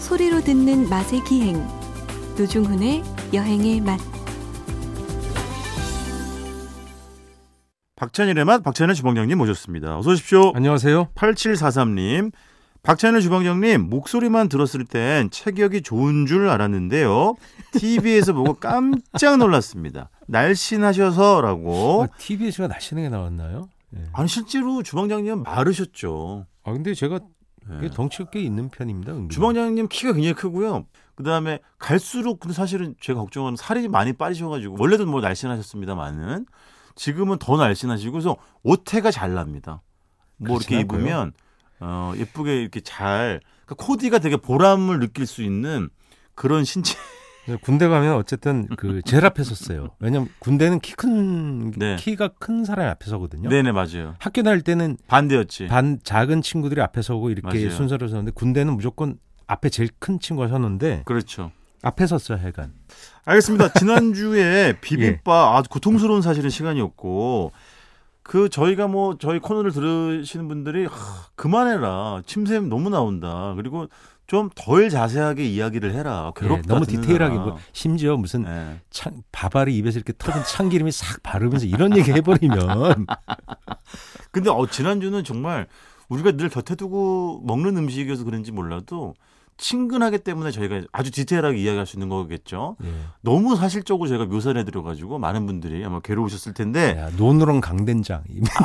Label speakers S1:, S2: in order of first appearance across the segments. S1: 소리로 듣는 맛의 기행 노중훈의 여행의 맛
S2: 박찬일의 맛 박찬일 주방장님 모셨습니다. 어서 오십시오.
S3: 안녕하세요.
S2: 8743님. 박찬일 주방장님 목소리만 들었을 땐 체격이 좋은 줄 알았는데요. TV에서 보고 깜짝 놀랐습니다. 날씬하셔서라고.
S3: 아, TBS가 날씬하게 나왔나요? 예.
S2: 아니 실제로 주방장님 마르셨죠.
S3: 아 근데 제가
S2: 예.
S3: 꽤 덩치가 꽤 있는 편입니다. 은근히.
S2: 음. 주방장님 키가 굉장히 크고요. 그다음에 갈수록 근데 사실은 제가 걱정하는 살이 많이 빠지셔가지고 원래도 뭐 날씬하셨습니다만은 지금은 더 날씬하시고 그래서 옷태가 잘 납니다. 뭐 이렇게
S3: 그렇진 않고요.
S2: 입으면 어, 예쁘게 이렇게 잘 그러니까 코디가 되게 보람을 느낄 수 있는 그런 신체.
S3: 네, 군대 가면 어쨌든 그 제일 앞에 섰어요. 왜냐면 군대는 키 큰
S2: 네.
S3: 키가 큰 사람이 앞에 서거든요.
S2: 네네 맞아요.
S3: 학교 다닐 때는
S2: 반대였지.
S3: 반 작은 친구들이 앞에 서고 이렇게
S2: 맞아요.
S3: 순서로 서는데 군대는 무조건 앞에 제일 큰 친구가 섰는데
S2: 그렇죠.
S3: 앞에 섰어요 해간.
S2: 알겠습니다. 지난주에
S3: 예.
S2: 비빔밥 아주 고통스러운 사실은 시간이었고 그 저희가 뭐 저희 코너를 들으시는 분들이 하, 그만해라 침샘 너무 나온다 그리고 좀 덜 자세하게 이야기를 해라 괴롭다 아.
S3: 예, 너무
S2: 듣는
S3: 디테일하게
S2: 사람.
S3: 뭐 심지어 무슨
S2: 예.
S3: 창, 밥알이 입에서 이렇게 터진 참기름이 싹 바르면서 이런 얘기 해버리면
S2: 근데 어, 지난주는 정말 우리가 늘 곁에 두고 먹는 음식이어서 그런지 몰라도 친근하기 때문에 저희가 아주 디테일하게 이야기할 수 있는 거겠죠.
S3: 예.
S2: 너무 사실적으로 저희가 묘사를 해드려가지고 많은 분들이 아마 괴로우셨을 텐데
S3: 야, 노누렁 강된장.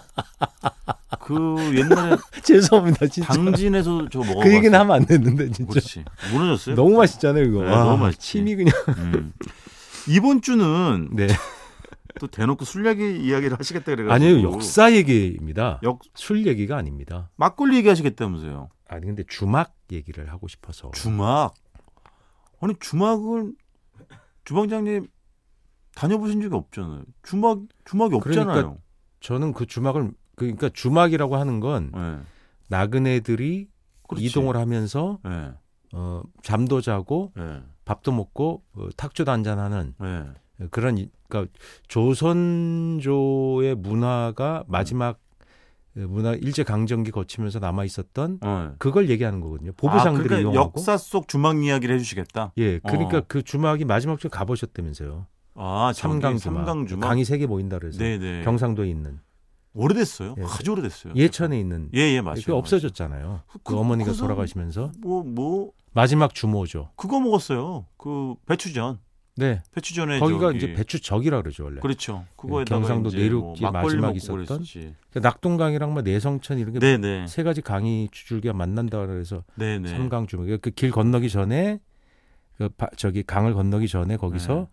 S3: 예.
S2: 그 옛날에
S3: 죄송합니다, 진짜.
S2: 당진에서 저 먹어.
S3: 그 얘기는 하면 안 됐는데, 진짜.
S2: 그렇지. 무너졌어요.
S3: 너무 맛있잖아요, 이거.
S2: 네,
S3: 와,
S2: 너무 맛있지.
S3: 침이 그냥.
S2: 음. 이번 주는
S3: 네.
S2: 또 대놓고 술 얘기 이야기를 하시겠다 그래가지고
S3: 아니에요, 역사 얘기입니다.
S2: 역-
S3: 술 얘기가 아닙니다.
S2: 막걸리 얘기하시겠다면서요.
S3: 아니, 근데 주막 얘기를 하고 싶어서.
S2: 주막. 아니 주막은 주방장님 다녀보신 적이 없잖아요. 주막 주막이
S3: 그러니까
S2: 없잖아요.
S3: 저는 그 주막을, 그러니까 주막이라고 하는 건
S2: 예.
S3: 나그네들이
S2: 그렇지.
S3: 이동을 하면서
S2: 예.
S3: 어, 잠도 자고
S2: 예.
S3: 밥도 먹고 어, 탁주도 한잔하는
S2: 예.
S3: 그런 이- 그러니까 조선조의 문화가 마지막 어, 문화 일제 강점기 거치면서 남아 있었던
S2: 예.
S3: 그걸 얘기하는 거거든요.
S2: 아,
S3: 보부상들이
S2: 그러니까
S3: 이용하고
S2: 역사 속 주막 이야기를 해주시겠다.
S3: 예, 그러니까
S2: 어.
S3: 그 주막이 마지막 주에 가보셨다면서요.
S2: 아 저기
S3: 삼강 주막,
S2: 삼강 주막.
S3: 강이 세 개 보인다 그래서
S2: 네네.
S3: 경상도에 있는
S2: 오래됐어요.
S3: 예.
S2: 아주 오래됐어요.
S3: 예천에 있는
S2: 네. 예예 맞아요.
S3: 그 없어졌잖아요. 그,
S2: 그-
S3: 어머니가
S2: 그 사람-
S3: 돌아가시면서
S2: 뭐 뭐
S3: 마지막 주모죠.
S2: 그거 먹었어요. 그 배추전.
S3: 네,
S2: 배추전에
S3: 거기가
S2: 저기-
S3: 이제 배추적이라 그러죠 원래.
S2: 그렇죠. 그거에다가
S3: 경상도
S2: 이제
S3: 내륙지에
S2: 뭐 막걸리
S3: 마지막
S2: 먹고
S3: 있었던?
S2: 그랬었지.
S3: 그러니까 낙동강이랑 뭐 내성천 이런 게 세
S2: 네네
S3: 가지 강이 줄기가 만난다 그래서
S2: 네네.
S3: 삼강 주먹 그길 건너기 전에 그 바- 저기 강을 건너기 전에
S2: 네.
S3: 거기서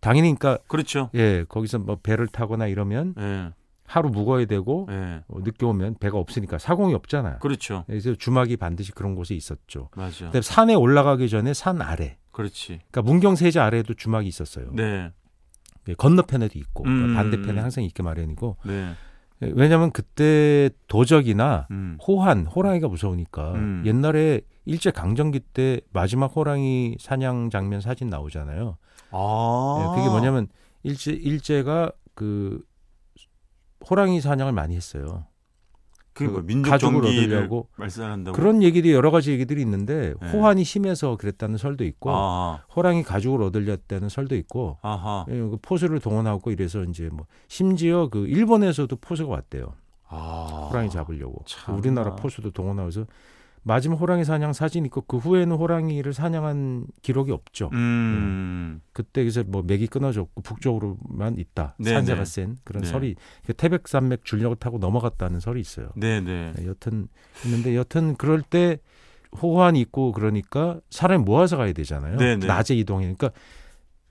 S3: 당연히 그러니까
S2: 그렇죠.
S3: 예 거기서 뭐 배를 타거나 이러면
S2: 예
S3: 하루 묵어야 되고
S2: 예.
S3: 어, 늦게 오면 배가 없으니까 사공이 없잖아요.
S2: 그렇죠.
S3: 그래서 주막이 반드시 그런 곳에 있었죠.
S2: 맞아.
S3: 그다음 산에 올라가기 전에 산 아래,
S2: 그렇지.
S3: 그러니까 문경세자 아래에도 주막이 있었어요.
S2: 네.
S3: 예, 건너편에도 있고 그러니까
S2: 음.
S3: 반대편에 항상 있게 마련이고
S2: 네.
S3: 예, 왜냐하면 그때 도적이나
S2: 음.
S3: 호한, 호랑이가 무서우니까
S2: 음.
S3: 옛날에 일제 강점기 때 마지막 호랑이 사냥 장면 사진 나오잖아요.
S2: 아.
S3: 예, 그게 뭐냐면 일제 일제가 그 호랑이 사냥을 많이 했어요.
S2: 그게 뭐
S3: 그
S2: 민족
S3: 가죽을
S2: 정기를
S3: 얻으려고. 그러니까.
S2: 말살한다고.
S3: 그런 얘기들이 여러 가지 얘기들이 있는데
S2: 네.
S3: 호환이 심해서 그랬다는 설도 있고
S2: 아.
S3: 호랑이 가죽을 얻으려다는 설도 있고
S2: 아하.
S3: 예, 그 포수를 동원하고 이래서 이제 뭐 심지어 그 일본에서도 포수가 왔대요.
S2: 아.
S3: 호랑이 잡으려고. 그
S2: 참나.
S3: 우리나라 포수도 동원하고서 마지막 호랑이 사냥 사진 있고 그 후에는 호랑이를 사냥한 기록이 없죠.
S2: 음.
S3: 그때 그래서 뭐 맥이 끊어졌고 북쪽으로만 있다.
S2: 네,
S3: 산세가
S2: 네.
S3: 센 그런
S2: 네.
S3: 설이 그 태백산맥 줄력을 타고 넘어갔다는 설이 있어요.
S2: 네네.
S3: 네, 여튼 있는데 여튼 그럴 때 호환이 있고 그러니까 사람이 모아서 가야 되잖아요.
S2: 네, 네.
S3: 낮에 이동이니까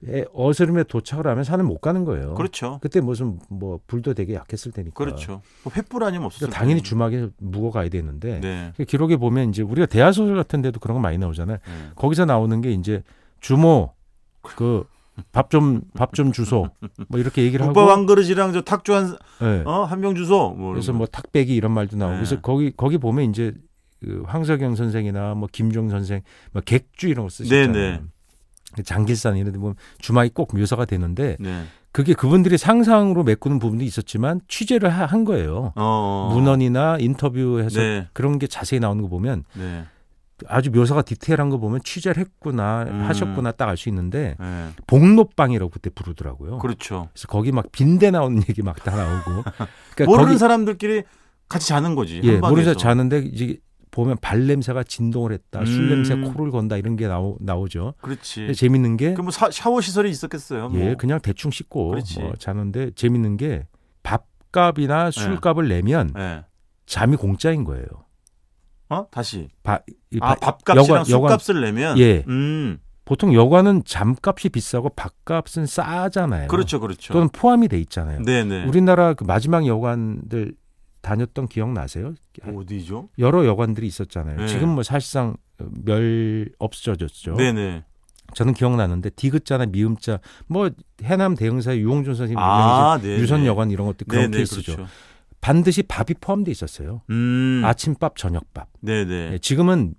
S3: 에, 어스름에 도착을 하면 산을 못 가는 거예요.
S2: 그렇죠.
S3: 그때 무슨 뭐 불도 되게 약했을 테니까.
S2: 그렇죠. 뭐 횃불 아니면 없었을
S3: 그러니까 당연히
S2: 거예요.
S3: 주막에 묵어 가야 되는데
S2: 네.
S3: 그 기록에 보면 이제 우리가 대하 소설 같은 데도 그런 거 많이 나오잖아요.
S2: 네.
S3: 거기서 나오는 게 이제 주모 그 밥 좀 밥 좀 주소 뭐 이렇게 얘기를 하고
S2: 그렇죠. 국밥 한 그릇이랑 저 탁주 한어한
S3: 예.
S2: 병 주소. 뭐
S3: 그래서
S2: 이러고.
S3: 뭐 탁배기 이런 말도 나오고
S2: 네.
S3: 그래서 거기 거기 보면 이제 그 황석영 선생이나 뭐 김종 선생 뭐 객주 이런 거
S2: 네,
S3: 쓰시잖아요. 그 장길산 이런 데 보면 주막이 꼭 묘사가 되는데
S2: 네.
S3: 그게 그분들이 상상으로 메꾸는 부분도 있었지만 취재를 하- 한 거예요.
S2: 어.
S3: 문헌이나 인터뷰에서
S2: 네.
S3: 그런 게 자세히 나오는 거 보면
S2: 네.
S3: 아주 묘사가 디테일한 거 보면 취재를 했구나
S2: 음.
S3: 하셨구나 딱 알 수 있는데
S2: 예.
S3: 복로빵이라고 그때 부르더라고요. 그
S2: 그렇죠.
S3: 래서 거기 막 빈대 나오는 얘기 막 다 나오고. 그러니까
S2: 모르는
S3: 거기-
S2: 사람들끼리 같이 자는 거지.
S3: 예,
S2: 한방에서.
S3: 모르면서 자는데 이제 보면 발 냄새가 진동을 했다, 술
S2: 음.
S3: 냄새 코를 건다 이런 게 나오, 나오죠. 근데
S2: 그렇지.
S3: 재밌는 게
S2: 그뭐 샤워 시설이 있었겠어요. 뭐.
S3: 예, 그냥 대충 씻고
S2: 그렇지.
S3: 뭐 자는데 재밌는 게 밥값이나 술값을 내면
S2: 예.
S3: 잠이 공짜인 거예요.
S2: 어? 다시.
S3: 바- 이
S2: 아,
S3: 바-
S2: 밥값이랑
S3: 여관- 여관-
S2: 술값을 내면
S3: 예.
S2: 음.
S3: 보통 여관은 잠값이 비싸고 밥값은 싸잖아요.
S2: 그렇죠. 그렇죠.
S3: 네, 뭐. 또는 포함이 돼 있잖아요.
S2: 네, 네.
S3: 우리나라 그 마지막 여관들 다녔던 기억 나세요?
S2: 어디죠?
S3: 여러 여관들이 있었잖아요.
S2: 네.
S3: 지금 뭐 사실상 멸 없어졌죠.
S2: 네, 네.
S3: 저는 기억나는데 디귿자나 미음자 뭐 해남 대흥사의 유홍준 선생님
S2: 아, 네.
S3: 유명하신 유선 여관 이런 것들 그런
S2: 네,
S3: 케이스죠.
S2: 그렇죠.
S3: 반드시 밥이 포함돼 있었어요.
S2: 음.
S3: 아침밥, 저녁밥.
S2: 네,
S3: 예,
S2: 네.
S3: 지금은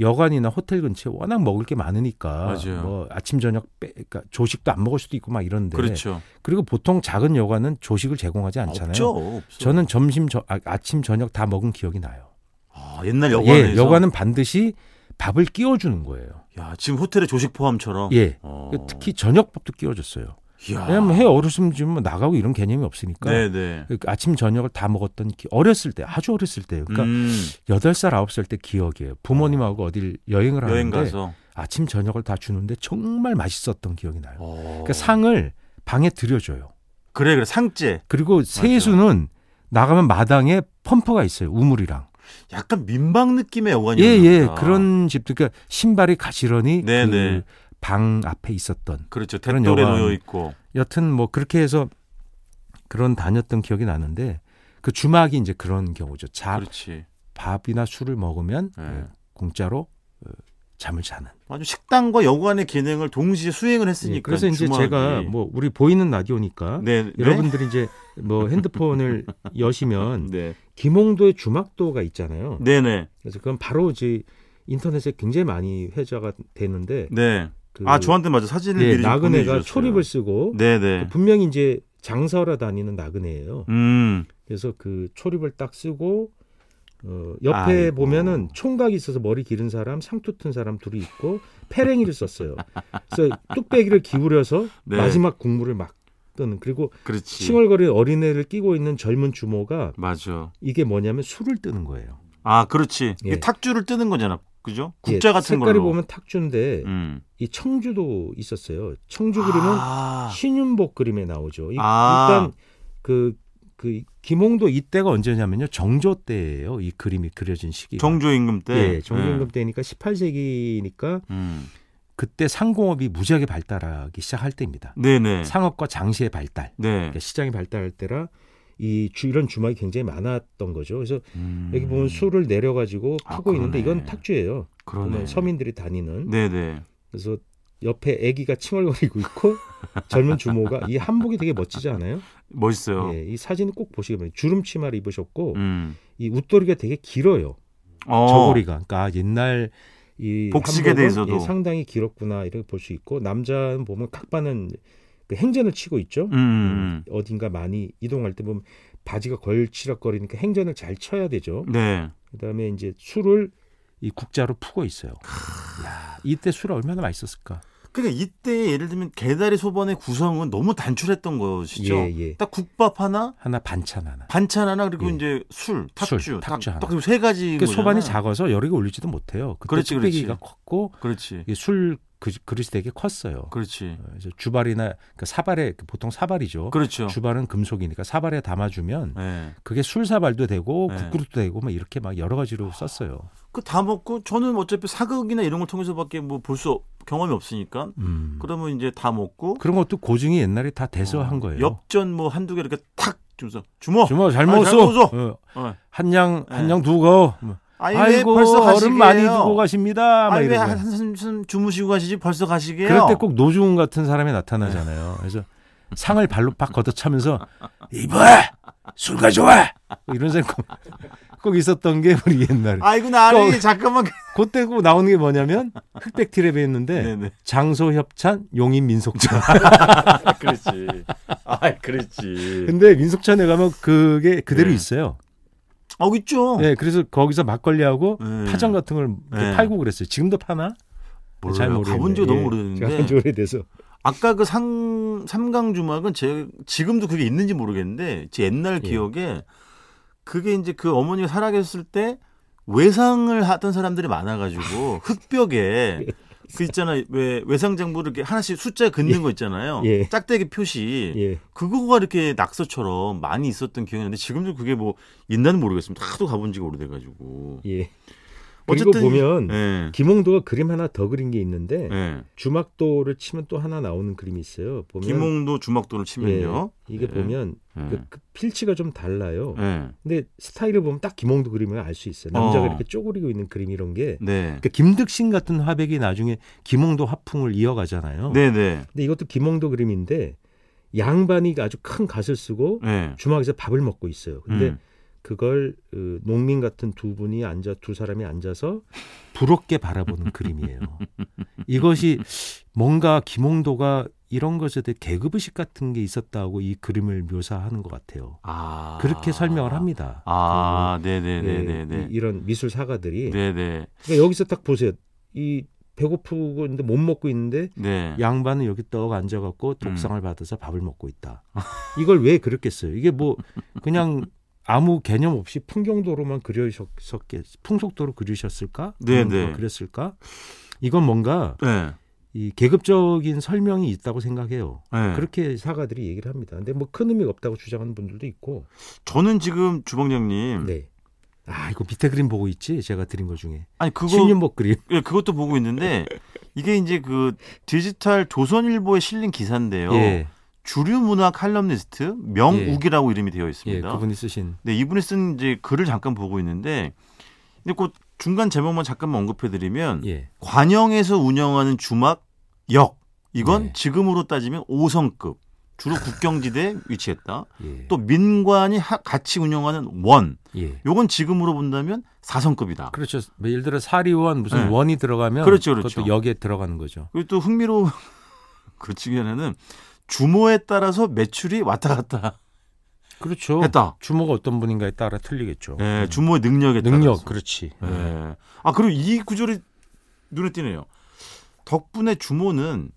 S3: 여관이나 호텔 근처에 워낙 먹을 게 많으니까
S2: 맞아요.
S3: 뭐 아침 저녁 빼, 그러니까 조식도 안 먹을 수도 있고 막 이런데
S2: 그렇죠.
S3: 그리고 보통 작은 여관은 조식을 제공하지 않잖아요.
S2: 없죠. 없어.
S3: 저는 점심 저, 아, 아침 저녁 다 먹은 기억이 나요.
S2: 아, 옛날 여관에서
S3: 예, 여관은 반드시 밥을 끼워 주는 거예요.
S2: 야, 지금 호텔의 조식 포함처럼.
S3: 예.
S2: 어.
S3: 특히 저녁밥도 끼워 줬어요.
S2: 이야.
S3: 왜냐면 해 어렸으면 지금 뭐 나가고 이런 개념이 없으니까
S2: 아. 네, 네.
S3: 그 아침 저녁을 다 먹었던 기, 어렸을 때 아주 어렸을 때요. 그러니까
S2: 음,
S3: 여덟 살 아홉 살 때 기억이에요. 부모님하고 어딜 여행을
S2: 여행
S3: 하는데
S2: 가서
S3: 아침 저녁을 다 주는데 정말 맛있었던 기억이 나요.
S2: 어.
S3: 그러니까 상을 방에 들여줘요.
S2: 그래 그래 상제
S3: 그리고 세수는 나가면 마당에 펌프가 있어요. 우물이랑.
S2: 약간 민박 느낌의
S3: 예,
S2: 여관이었나
S3: 예.
S2: 보다.
S3: 그런 집들. 그러니까 신발이 가지런히
S2: 네, 네.
S3: 그 방 앞에 있었던.
S2: 그렇죠.
S3: 그런
S2: 댓돌에
S3: 여관.
S2: 놓여 있고.
S3: 여튼 뭐 그렇게 해서 그런 다녔던 기억이 나는데 그 주막이 이제 그런 경우죠. 자,
S2: 그렇지.
S3: 밥이나 술을 먹으면
S2: 네.
S3: 예, 공짜로 어, 잠을 자는.
S2: 아주 식당과 여관의 기능을 동시에 수행을 했으니까.
S3: 예, 그래서 이제
S2: 주막이.
S3: 제가 뭐 우리 보이는 라디오니까
S2: 네, 네?
S3: 여러분들이 이제 뭐 핸드폰을 여시면
S2: 네.
S3: 김홍도의 주막도가 있잖아요.
S2: 네, 네.
S3: 그래서 그건 바로 이제 인터넷에 굉장히 많이 회자가 되는데
S2: 네.
S3: 그
S2: 아, 저한테 맞아. 사진을
S3: 예,
S2: 미리 좀
S3: 나그네가
S2: 보내주셨어요.
S3: 초립을 쓰고 그
S2: 네, 네.
S3: 분명히 이제 장사하러 다니는 나그네예요.
S2: 음.
S3: 그래서 그 초립을 딱 쓰고 어, 옆에
S2: 아이고.
S3: 보면은 총각이 있어서 머리 기른 사람, 상투 튼 사람 둘이 있고 패랭이를 썼어요. 그래서 뚝배기를 기울여서
S2: 네.
S3: 마지막 국물을 막 뜨는 그리고
S2: 그렇지.
S3: 칭얼거리는 어린애를 끼고 있는 젊은 주모가
S2: 맞아.
S3: 이게 뭐냐면 술을 뜨는 거예요.
S2: 아, 그렇지.
S3: 예.
S2: 이게 탁주를 뜨는 거잖아. 그죠?
S3: 예,
S2: 국자 같은
S3: 색깔이
S2: 걸로.
S3: 보면 탁주인데
S2: 음.
S3: 이 청주도 있었어요. 청주 그림은
S2: 아,
S3: 신윤복 그림에 나오죠. 이-
S2: 아.
S3: 일단 그, 그 김홍도 이때가 언제냐면요. 정조 때예요. 이 그림이 그려진 시기.
S2: 정조 임금 때.
S3: 예, 정조 임금 때니까 18세기니까
S2: 음.
S3: 그때 상공업이 무지하게 발달하기 시작할 때입니다.
S2: 네, 네.
S3: 상업과 장시의 발달.
S2: 네.
S3: 그러니까 시장이 발달할 때라 이 주, 이런 주막이 굉장히 많았던 거죠. 그래서
S2: 음.
S3: 여기 보면 술을 내려 가지고
S2: 아,
S3: 파고 있는데
S2: 그러네.
S3: 이건 탁주예요.
S2: 그러네.
S3: 보면 서민들이 다니는
S2: 네, 네.
S3: 그래서 옆에 아기가 칭얼거리고 있고 젊은 주모가 이 한복이 되게 멋지지 않아요?
S2: 멋있어요.
S3: 예, 이 사진 꼭 보시게 되면 주름 치마를 입으셨고
S2: 그렇죠. 음.
S3: 이 웃도리가 되게 길어요.
S2: 어.
S3: 저고리가 그러니까 옛날 이
S2: 복식에
S3: 한복은
S2: 대해서도.
S3: 예, 상당히 길었구나 이렇게 볼 수 있고 남자는 보면 각반은 그 행전을 치고 있죠.
S2: 음, 음.
S3: 어딘가 많이 이동할 때 보면 바지가 걸치락거리니까 행전을 잘 쳐야 되죠.
S2: 네.
S3: 그다음에 이제 술을 음. 이 국자로 푸고 있어요. 야, 이때 술 얼마나 맛있었을까?
S2: 그러니까 이때 예를 들면 게다리 소반의 구성은 너무 단출했던 것이죠.
S3: 예, 예.
S2: 딱 국밥 하나,
S3: 하나 반찬 하나.
S2: 반찬 하나 그리고
S3: 예.
S2: 이제 술, 탁주,
S3: 술, 탁주 하나.
S2: 딱세 가지.
S3: 그 소반이
S2: 거잖아.
S3: 작아서 여러 개 올리지도 못해요. 그때
S2: 그렇지, 그렇지.
S3: 뚝배기가 컸고
S2: 그렇지.
S3: 이술 그, 그릇이 되게 컸어요.
S2: 그렇지.
S3: 어, 그래서 주발이나 그 사발에 그 보통 사발이죠.
S2: 그렇죠.
S3: 주발은 금속이니까 사발에 담아주면
S2: 예.
S3: 그게 술사발도 되고
S2: 네. 아.
S3: 국그릇도 되고 막 이렇게 막 여러 가지로 썼어요.
S2: 그다 먹고 저는 어차피 사극이나 이런 걸 통해서밖에 뭐 볼 수 경험이 없으니까
S3: 음.
S2: 그러면 이제 다 먹고
S3: 그런 것도 고증이 옛날에 다 대서한 거예요.
S2: 어. 엽전 뭐 한두 개 이렇게 탁 주면서 주모.
S3: 주모 잘
S2: 아니, 잘
S3: 먹었어.
S2: 먹었어.
S3: 어,
S2: 어.
S3: 한양
S2: 네.
S3: 한양 두고. 뭐.
S2: 아니, 왜
S3: 아이고
S2: 벌써 가시게요?
S3: 얼음 많이 두고 가십니다. 막
S2: 아니
S3: 이러고.
S2: 왜한 한숨 주무시고 가시지 벌써 가시게요?
S3: 그럴 때 꼭 노중훈 같은 사람이
S2: 네.
S3: 나타나잖아요. 그래서 상을 발로 팍 걷어차면서 이봐 술 가져와 뭐 이런 생각 꼭, 꼭 있었던 게 우리 옛날에.
S2: 아이고 나리
S3: 또-
S2: 잠깐만.
S3: 그때 꼭 나오는 게 뭐냐면 흑백 티랩에 있는데
S2: 네네.
S3: 장소 협찬 용인 민속촌.
S2: 그렇지. 아, 그렇지.
S3: 근데 민속촌에 가면 그게 그대로
S2: 네.
S3: 있어요.
S2: 아, 여기 있죠.
S3: 네, 그래서 거기서 막걸리하고
S2: 네.
S3: 파전 같은 걸 이렇게
S2: 네.
S3: 팔고 그랬어요. 지금도 파나?
S2: 몰라요.
S3: 잘 모르겠네.
S2: 가본 지가 너무
S3: 예.
S2: 오래됐는데.
S3: 제가 한지 오래돼서.
S2: 아까 그 상, 삼강 주막은 제 지금도 그게 있는지 모르겠는데 제 옛날
S3: 예.
S2: 기억에 그게 이제 그 어머니가 살아계셨을 때 외상을 하던 사람들이 많아가지고
S3: 예.
S2: 흙벽에 그 있잖아 왜 외상 장부를 이렇게 하나씩 숫자 긋는 거 있잖아요
S3: 예.
S2: 짝대기 표시
S3: 예.
S2: 그거가 이렇게 낙서처럼 많이 있었던 기억이 나는데 지금도 그게 뭐 있나는 모르겠습니다 하도 가본 지가 오래돼가지고
S3: 예. 그리고
S2: 어쨌든
S3: 보면
S2: 예.
S3: 김홍도가 그림 하나 더 그린 게 있는데
S2: 예.
S3: 주막도를 치면 또 하나 나오는 그림이 있어요. 보면
S2: 김홍도 주막도를 치면요
S3: 예, 이게
S2: 예.
S3: 보면
S2: 예.
S3: 그- 그 필치가 좀 달라요.
S2: 예.
S3: 근데 스타일을 보면 딱 김홍도 그림을 알 수 있어요. 남자가
S2: 어.
S3: 이렇게 쪼그리고 있는 그림 이런 게.
S2: 네.
S3: 그러니까 김득신 같은 화백이 나중에 김홍도 화풍을 이어가잖아요.
S2: 네네.
S3: 근데 이것도 김홍도 그림인데 양반이 아주 큰 갓을 쓰고
S2: 네.
S3: 주막에서 밥을 먹고 있어요. 근데
S2: 음.
S3: 그걸 어, 농민 같은 두 분이 앉아 두 사람이 앉아서 부럽게 바라보는 그림이에요. 이것이 뭔가 김홍도가 이런 것에 대해 계급의식 같은 게 있었다고 이 그림을 묘사하는 것 같아요.
S2: 아.
S3: 그렇게 설명을 합니다.
S2: 아,
S3: 그,
S2: 네네네네네.
S3: 예, 이- 예. 이런 미술사가들이
S2: 네네.
S3: 그러니까 여기서 딱 보세요. 이 배고프고 근데 못 먹고 있는데
S2: 네.
S3: 양반은 여기 떡
S2: 음.
S3: 앉아갖고 독상을 받아서 밥을 먹고 있다. 이걸 왜 그랬겠어요? 이게 뭐 그냥 아무 개념 없이 풍경도로만 그려셨겠 풍속도로 그리셨을까?
S2: 네,
S3: 풍경도로
S2: 네.
S3: 그렸을까? 이건 뭔가
S2: 네.
S3: 이 계급적인 설명이 있다고 생각해요.
S2: 네.
S3: 그렇게 사가들이 얘기를 합니다. 근데 뭐 큰 의미가 없다고 주장하는 분들도 있고.
S2: 저는 지금 주방장님
S3: 네. 아 이거 밑에 그림 보고 있지? 제가 드린 것 중에
S2: 아니 그거
S3: 신윤복 그림.
S2: 예, 그것도 보고 있는데 이게 이제 그 디지털 조선일보에 실린 기사인데요.
S3: 예,
S2: 주류 문화 칼럼니스트 명욱이라고 이름이 되어
S3: 예,
S2: 있습니다.
S3: 그분이 쓰신.
S2: 네, 이분이 쓴 이제 글을 잠깐 보고 있는데 근데 그 중간 제목만 잠깐만 언급해 드리면
S3: 예,
S2: 관영에서 운영하는 주막 역 이건
S3: 네.
S2: 지금으로 따지면 5성급 주로 국경지대에 위치했다.
S3: 예,
S2: 또 민관이 하- 같이 운영하는 원
S3: 예.
S2: 요건 지금으로 본다면 4성급이다.
S3: 그렇죠. 뭐 예를 들어 사리원 무슨
S2: 네.
S3: 원이 들어가면
S2: 그렇죠,
S3: 것도
S2: 그렇죠.
S3: 여기에 들어가는 거죠.
S2: 그리고 또 흥미로운 그치기 전에는 주모에 따라서 매출이 왔다 갔다
S3: 그렇죠.
S2: 했다.
S3: 주모가 어떤 분인가에 따라 틀리겠죠.
S2: 예, 주모의 능력에 따라서.
S3: 네. 능력 네. 그렇지.
S2: 예. 아 그리고 이 구절이 눈에 띄네요. 덕분에 주모는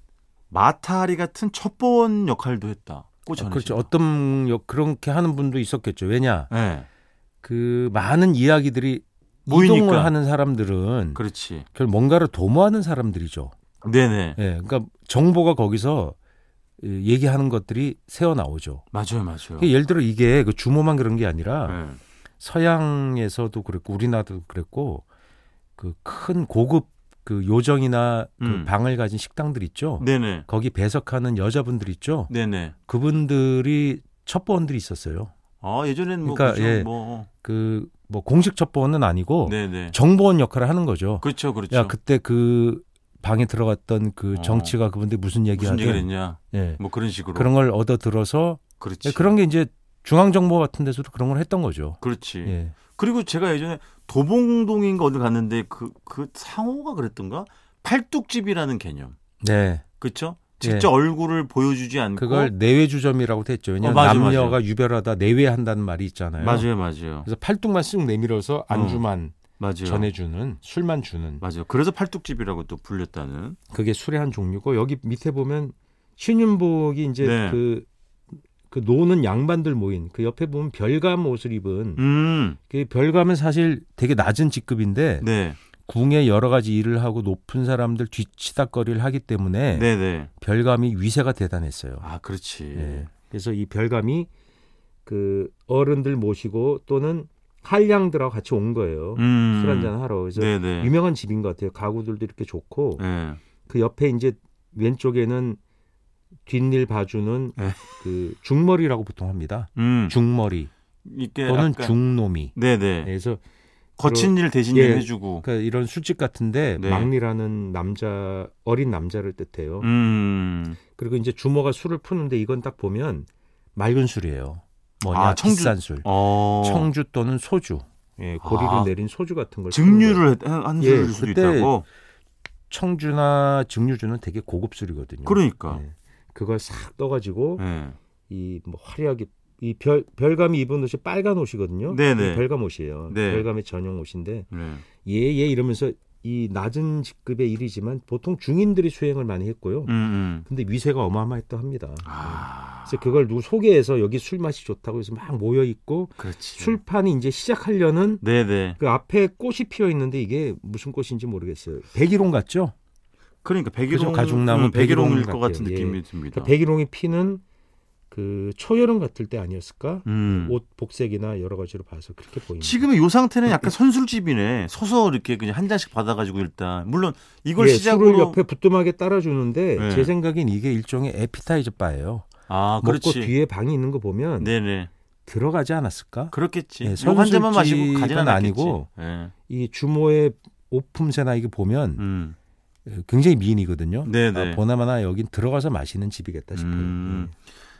S2: 마타리 같은 첩보원 역할도 했다. 고
S3: 아,
S2: 전해진다.
S3: 그렇죠. 어떤 역- 그렇게 하는 분도 있었겠죠. 왜냐
S2: 예.
S3: 그 많은 이야기들이
S2: 모이니까.
S3: 이동을 하는 사람들은
S2: 그렇지.
S3: 결 뭔가를 도모하는 사람들이죠.
S2: 네네.
S3: 예, 그러니까 정보가 거기서 예, 얘기하는 것들이 새어 나오죠.
S2: 맞아요, 맞아요.
S3: 예를 들어 이게 그 주모만 그런 게 아니라
S2: 그렇죠. 예.
S3: 서양에서도 그랬고 우리나라도 그랬고 그 큰 고급 그 요정이나 그
S2: 음.
S3: 방을 가진 식당들 있죠.
S2: 네네.
S3: 거기 배석하는 여자분들 있죠.
S2: 네네.
S3: 그분들이 첩보원들이 있었어요.
S2: 아 예전에는 뭐
S3: 그러니까,
S2: 그죠,
S3: 예.
S2: 뭐.
S3: 그 뭐 공식 첩보원은 아니고
S2: 네네.
S3: 정보원 역할을 하는 거죠.
S2: 그렇죠, 그렇죠.
S3: 야 그때 그 방에 들어갔던 그
S2: 어.
S3: 정치가 그분들 무슨
S2: 무슨 얘기를
S3: 얘기하든
S2: 했냐?
S3: 예.
S2: 뭐 그런 그렇죠. 식으로.
S3: 그런 걸 얻어 들어서 예,
S2: 그렇지.
S3: 그런 게 이제 중앙 정보 같은 데서도 그런 걸 했던 거죠.
S2: 그렇지.
S3: 예.
S2: 그리고 제가 예전에 도봉동인가 어디 갔는데 그 그 상호가 그랬던가 팔뚝집이라는 개념.
S3: 네.
S2: 그렇죠? 직접 얼굴을 보여주지 않고
S3: 예. 그걸 내외주점이라고도 했죠. 왜냐하면
S2: 뭐? 어, 맞아요,
S3: 남녀가
S2: 맞아요.
S3: 유별하다 내외한다는 말이 있잖아요.
S2: 맞아요, 맞아요,
S3: 그래서 팔뚝만 쓱 내밀어서 안주만
S2: 맞아요.
S3: 전해주는 술만 주는
S2: 맞아요. 그래서 팔뚝집이라고 또 불렸다는.
S3: 그게 술의 한 종류고 여기 밑에 보면 신윤복이 이제
S2: 네.
S3: 그, 그 노는 양반들 모인 그 옆에 보면 별감 옷을 입은
S2: 음,
S3: 그 별감은 사실 되게 낮은 직급인데
S2: 네,
S3: 궁에 여러 가지 일을 하고 높은 사람들 뒤치다거리를 하기 때문에
S2: 네, 네.
S3: 별감이 위세가 대단했어요.
S2: 아, 그렇지.
S3: 예. 그래서 이 별감이 그 어른들 모시고 또는 한량들하고 같이 온 거예요.
S2: 음,
S3: 술 한잔 하러. 그래서
S2: 네, 네.
S3: 유명한 집인 것 같아요. 가구들도 이렇게 좋고
S2: 네.
S3: 그 옆에 이제 왼쪽에는 뒷일 봐주는
S2: 네.
S3: 그 중머리라고 보통 합니다.
S2: 음,
S3: 중머리
S2: 이게
S3: 또는
S2: 약간-
S3: 중놈이. 예,
S2: 네네.
S3: 그래서
S2: 거친 일 대신
S3: 예.
S2: 일 해주고.
S3: 그러니까 이런 술집 같은데
S2: 네.
S3: 막리라는 남자 어린 남자를 뜻해요.
S2: 음.
S3: 그리고 이제 주모가 술을 푸는데 이건 딱 보면 맑은 술이에요. 뭐냐
S2: 아, 청주-
S3: 비싼 술.
S2: 어.
S3: 청주 또는 소주. 예, 고리로
S2: 아.
S3: 내린 소주 같은 걸 쓰는 거예요.
S2: 증류를 했- 한, 한
S3: 예,
S2: 술을 줄 수도
S3: 그때-
S2: 있다고.
S3: 청주나 증류주는 되게 고급 술이거든요.
S2: 그러니까.
S3: 예. 그걸 싹 떠가지고
S2: 예.
S3: 이 뭐 화려하게 이 별, 별감이 입은 옷이 빨간 옷이거든요.
S2: 네네.
S3: 이게 별감 옷이에요.
S2: 네.
S3: 별감의 전용 옷인데
S2: 네.
S3: 예예 이러면서 이 낮은 직급의 일이지만 보통 중인들이 수행을 많이 했고요.
S2: 음, 음.
S3: 근데 위세가 어마어마했다 합니다.
S2: 아,
S3: 그래서 그걸 누구 소개해서 여기 술 맛이 좋다고 해서 막 모여 있고
S2: 그렇지.
S3: 술판이 이제 시작하려는
S2: 네네.
S3: 그 앞에 꽃이 피어 있는데 이게 무슨 꽃인지 모르겠어요. 백일홍 같죠?
S2: 그러니까 백일홍
S3: 가죽나무
S2: 음, 백일홍일
S3: 백일홍
S2: 것 같은
S3: 같아요.
S2: 느낌이
S3: 예.
S2: 듭니다.
S3: 그러니까 백일홍이 피는 그 초여름 같을 때 아니었을까?
S2: 음.
S3: 옷 복색이나 여러 가지로 봐서 그렇게 보입니다.
S2: 지금의 요 상태는
S3: 예.
S2: 약간 선술집이네. 서서 이렇게 그냥 한 잔씩 받아가지고 일단 물론 이걸
S3: 예, 술을
S2: 시작으로
S3: 옆에 부뚜막에 따라주는데
S2: 네.
S3: 제 생각엔 이게 일종의 에피타이저 바예요.
S2: 아
S3: 먹고
S2: 그렇지.
S3: 뒤에 방이 있는 거 보면
S2: 네네.
S3: 들어가지 않았을까?
S2: 그렇겠지.
S3: 예,
S2: 요 환자만 마시고 가진
S3: 선술집은
S2: 않았겠지.
S3: 아니고
S2: 예.
S3: 이 주모의 옷품새나 이거 보면
S2: 음.
S3: 굉장히 미인이거든요.
S2: 네네.
S3: 아, 보나마나 여긴 들어가서 마시는 집이겠다 싶어요. 예. 네.
S2: 음.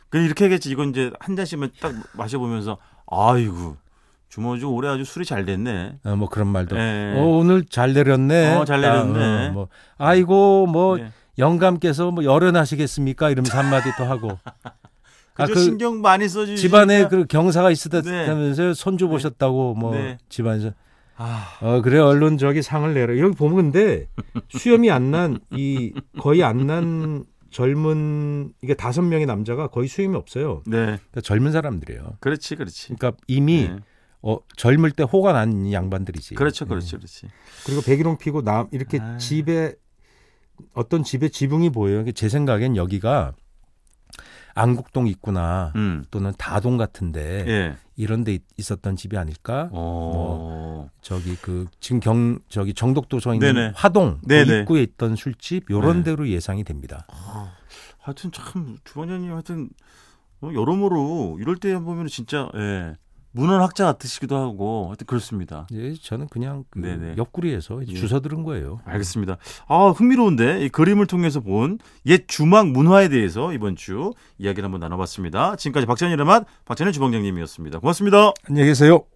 S2: 그 이렇게 하겠지. 이건 이제 한 잔씩만 딱 마셔보면서 아이고 주머주 올해 아주 술이 잘 됐네.
S3: 예. 아, 뭐 그런 말도.
S2: 예.
S3: 어, 오늘 잘 내렸네.
S2: 어, 잘 내렸네.
S3: 아, 뭐, 아이고 뭐
S2: 예.
S3: 영감께서 뭐 열연하시겠습니까? 이러면서 한마디 또 하고.
S2: 그저 신경 많이 써주시.
S3: 아, 집안에 그 경사가 있었다면서 요
S2: 네.
S3: 손주 보셨다고 뭐
S2: 네.
S3: 집안에서
S2: 아,
S3: 어 그래 얼른 저기 상을 내라 여기 보면 근데 수염이 안 난 이 거의 안 난 젊은 이게 다섯 명의 남자가 거의 수염이 없어요
S2: 네.
S3: 그러니까 젊은 사람들이에요
S2: 그렇지, 그렇지.
S3: 그러니까 이미
S2: 네.
S3: 어 젊을 때 호가 난 양반들이지
S2: 그렇죠,
S3: 예.
S2: 그렇지, 그렇지.
S3: 그리고 백일홍 피고 남 이렇게
S2: 아유.
S3: 집에 어떤 집에 지붕이 보여요 이게 제 생각엔 여기가 안국동 있구나
S2: 음.
S3: 또는 다동 같은데
S2: 예.
S3: 이런 데 있- 있었던 집이 아닐까?
S2: 어.
S3: 저기 그 지금 경 저기 정독도 서 있는
S2: 네네.
S3: 화동 그
S2: 네네.
S3: 입구에 있던 술집 요런
S2: 네.
S3: 데로 예상이 됩니다.
S2: 하여튼 참 주방장님 하여튼 어, 여러모로 이럴 때 보면 진짜 예. 문헌학자 같으시기도 하고 하여튼 그렇습니다.
S3: 예, 저는 그냥 그
S2: 네네.
S3: 옆구리에서
S2: 예.
S3: 주워 들은 거예요.
S2: 알겠습니다. 아 흥미로운데 이 그림을 통해서 본 옛 주막 문화에 대해서 이번 주 이야기를 한번 나눠봤습니다. 지금까지 박찬일의 맛 박찬일 주방장님이었습니다. 고맙습니다.
S3: 안녕히 계세요.